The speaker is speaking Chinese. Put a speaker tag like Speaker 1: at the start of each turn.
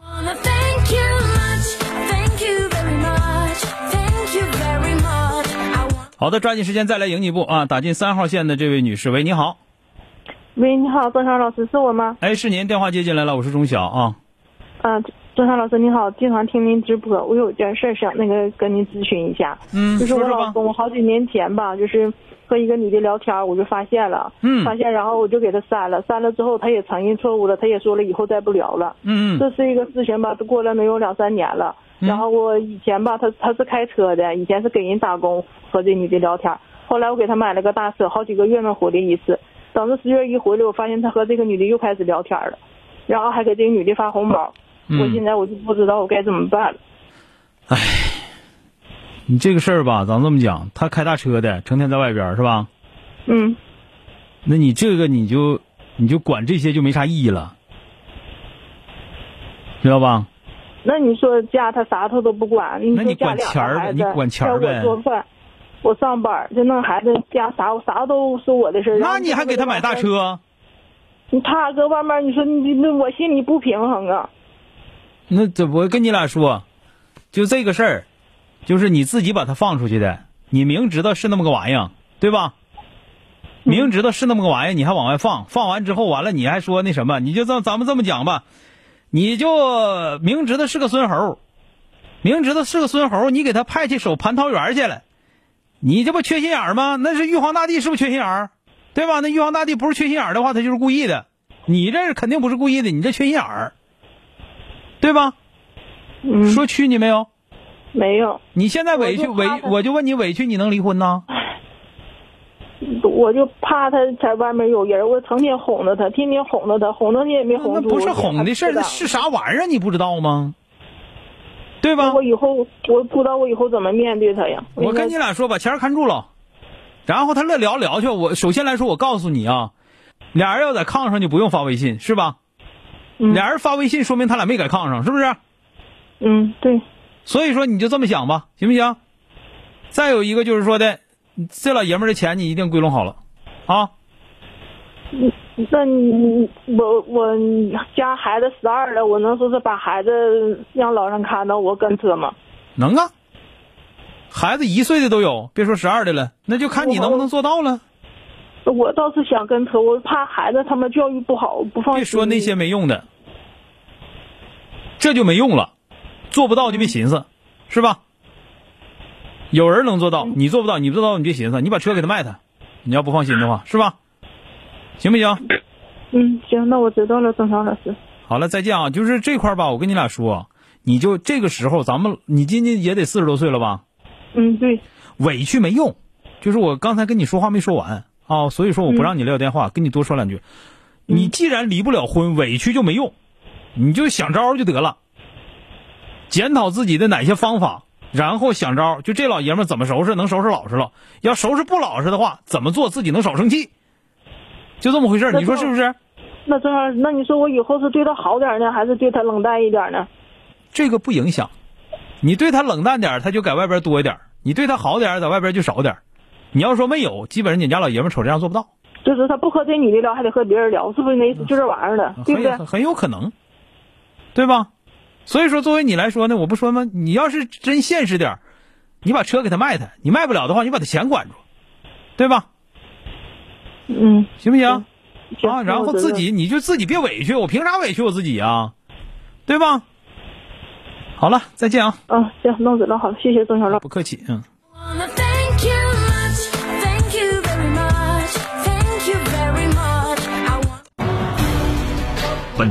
Speaker 1: Wanna thank you much, thank you very much, thank you very much. I want
Speaker 2: 好的，抓紧时间再来赢你一步啊！打进三号线的这位女士，喂，你好，
Speaker 3: 喂，你好，郑晓老师，是我吗？
Speaker 2: 哎，是您电话接进来了，我是钟晓啊。
Speaker 3: 啊，郑晓老师你好，经常听您直播，我有件事儿想那个跟您咨询一下，
Speaker 2: 嗯，
Speaker 3: 就是
Speaker 2: 说
Speaker 3: 我
Speaker 2: 说
Speaker 3: 老
Speaker 2: 吧。
Speaker 3: 公，我好几年前吧，就是和一个女的聊天，我就发现了，
Speaker 2: 嗯
Speaker 3: 发现然后我就给她删了，删了之后她也承认错误了，她也说了以后再不聊了，
Speaker 2: 嗯嗯
Speaker 3: 这是一个事情吧，过了能有两三年了。
Speaker 2: 嗯
Speaker 3: 然后我以前吧，他他是开车的，以前是给人打工，和这女的聊天。后来我给他买了个大车，好几个月没回来一次。等到十月一回来，我发现他和这个女的又开始聊天了，然后还给这个女的发红包。我
Speaker 2: 嗯，
Speaker 3: 现在我就不知道我该怎么办了。
Speaker 2: 你这个事儿吧，咱这么讲，他开大车的，成天在外边儿是吧？
Speaker 3: 嗯，
Speaker 2: 那你这个你就你就管这些就没啥意义了，知道吧？
Speaker 3: 那你说家他啥他都不管，你
Speaker 2: 那你
Speaker 3: 说家
Speaker 2: 管
Speaker 3: 两
Speaker 2: 钱儿
Speaker 3: 个
Speaker 2: 呗
Speaker 3: 孩子，
Speaker 2: 你管钱儿
Speaker 3: 要
Speaker 2: 呗
Speaker 3: 我做饭，我上班，就弄孩子家啥我啥都是我的事儿。然
Speaker 2: 那
Speaker 3: 后
Speaker 2: 你还给他买大车？
Speaker 3: 他搁外面，你说你那我心里不平衡啊。
Speaker 2: 那这我跟你俩说，就这个事儿，就是你自己把它放出去的，你明知道是那么个玩意儿，对吧？明知道是那么个玩意儿，你还往外放，放完之后完了，你还说那什么？你就这咱们这么讲吧，你就明知道是个孙猴，明知道是个孙猴，你给他派去守蟠桃园去了，你这不缺心眼儿吗？那是玉皇大帝是不是缺心眼儿？对吧？那玉皇大帝不是缺心眼儿的话，他就是故意的。你这肯定不是故意的，你这缺心眼儿，对吧？
Speaker 3: 嗯，
Speaker 2: 说屈你没有？
Speaker 3: 没有，
Speaker 2: 你现在委屈
Speaker 3: 我就
Speaker 2: 委
Speaker 3: 怕他，
Speaker 2: 我就问你委屈，你能离婚呐？
Speaker 3: 我就怕他在外面有人，我成天哄着他，天天哄着他，哄着你也没哄
Speaker 2: 那
Speaker 3: 住。
Speaker 2: 不是哄的事儿，
Speaker 3: 我就
Speaker 2: 那
Speaker 3: 怕
Speaker 2: 是啥玩意儿？你不知道吗？对
Speaker 3: 知
Speaker 2: 吧
Speaker 3: 道。？我以后我不知道我以后怎么面对他呀。
Speaker 2: 我跟你俩说，把钱儿看住了，然后他乐聊聊去。我首先来说，我告诉你啊，俩人要在炕上就不用发微信，是吧？
Speaker 3: 嗯
Speaker 2: 俩人发微信，说明他俩没在炕上，是不是？
Speaker 3: 嗯，对，
Speaker 2: 所以说你就这么想吧，行不行？再有一个就是说的，这老爷们儿的钱你一定归拢好了，啊。
Speaker 3: 那你我我家孩子十二了，我能说是把孩子让老人看到我跟车吗？
Speaker 2: 能啊，孩子一岁的都有，别说十二的了，那就看你能不能做到了。
Speaker 3: 我倒是想跟车，我怕孩子他们教育不好，我不放心。
Speaker 2: 别说那些没用的，这就没用了，做不到就别寻思，是吧？有人能做到，你做不到，你不做到你别寻思，你把车给他卖他，你要不放心的话，是吧？行不行？
Speaker 3: 嗯，行，那我知道了，郑强老师。
Speaker 2: 好了，再见啊！就是这块儿吧，我跟你俩说，啊你就这个时候，咱们你今年也得四十多岁了吧？
Speaker 3: 嗯，对，
Speaker 2: 委屈没用，就是我刚才跟你说话没说完啊，所以说我不让你撂电话，跟你多说两句。你既然离不了婚，委屈就没用，你就想招儿就得了。检讨自己的哪些方法，然后想招儿。就这老爷们儿怎么收拾能收拾老实了，要收拾不老实的话，怎么做自己能少生气？就这么回事儿，
Speaker 3: 那
Speaker 2: 你说是不是？
Speaker 3: 那郑老师，那你说我以后是对他好点儿呢，还是对他冷淡一点儿呢？
Speaker 2: 这个不影响。你对他冷淡点儿，他就在外边多一点儿；你对他好点儿，在外边就少点儿。你要说没有，基本上你家老爷们儿瞅这样做不到。
Speaker 3: 就是他不和这女的聊，还得和别人聊，是不是那意思？就这玩意儿的，对
Speaker 2: 很
Speaker 3: 不对
Speaker 2: 有？很嗯有可能，对吧？所以说，作为你来说呢，我不说吗？你要是真现实点儿你把车给他卖他，你卖不了的话，你把他钱管住，对吧？
Speaker 3: 嗯，
Speaker 2: 行不行？
Speaker 3: 行
Speaker 2: 啊，然后自，己你就自己别委屈，我凭啥委屈我自己呀？对吧？好了，再见啊，
Speaker 3: 那我知道啊，行，那我知道，好，谢谢郑小老师。
Speaker 2: 不客气，嗯。
Speaker 1: wanna thank you much, thank you very much, thank you very much. I want
Speaker 4: 本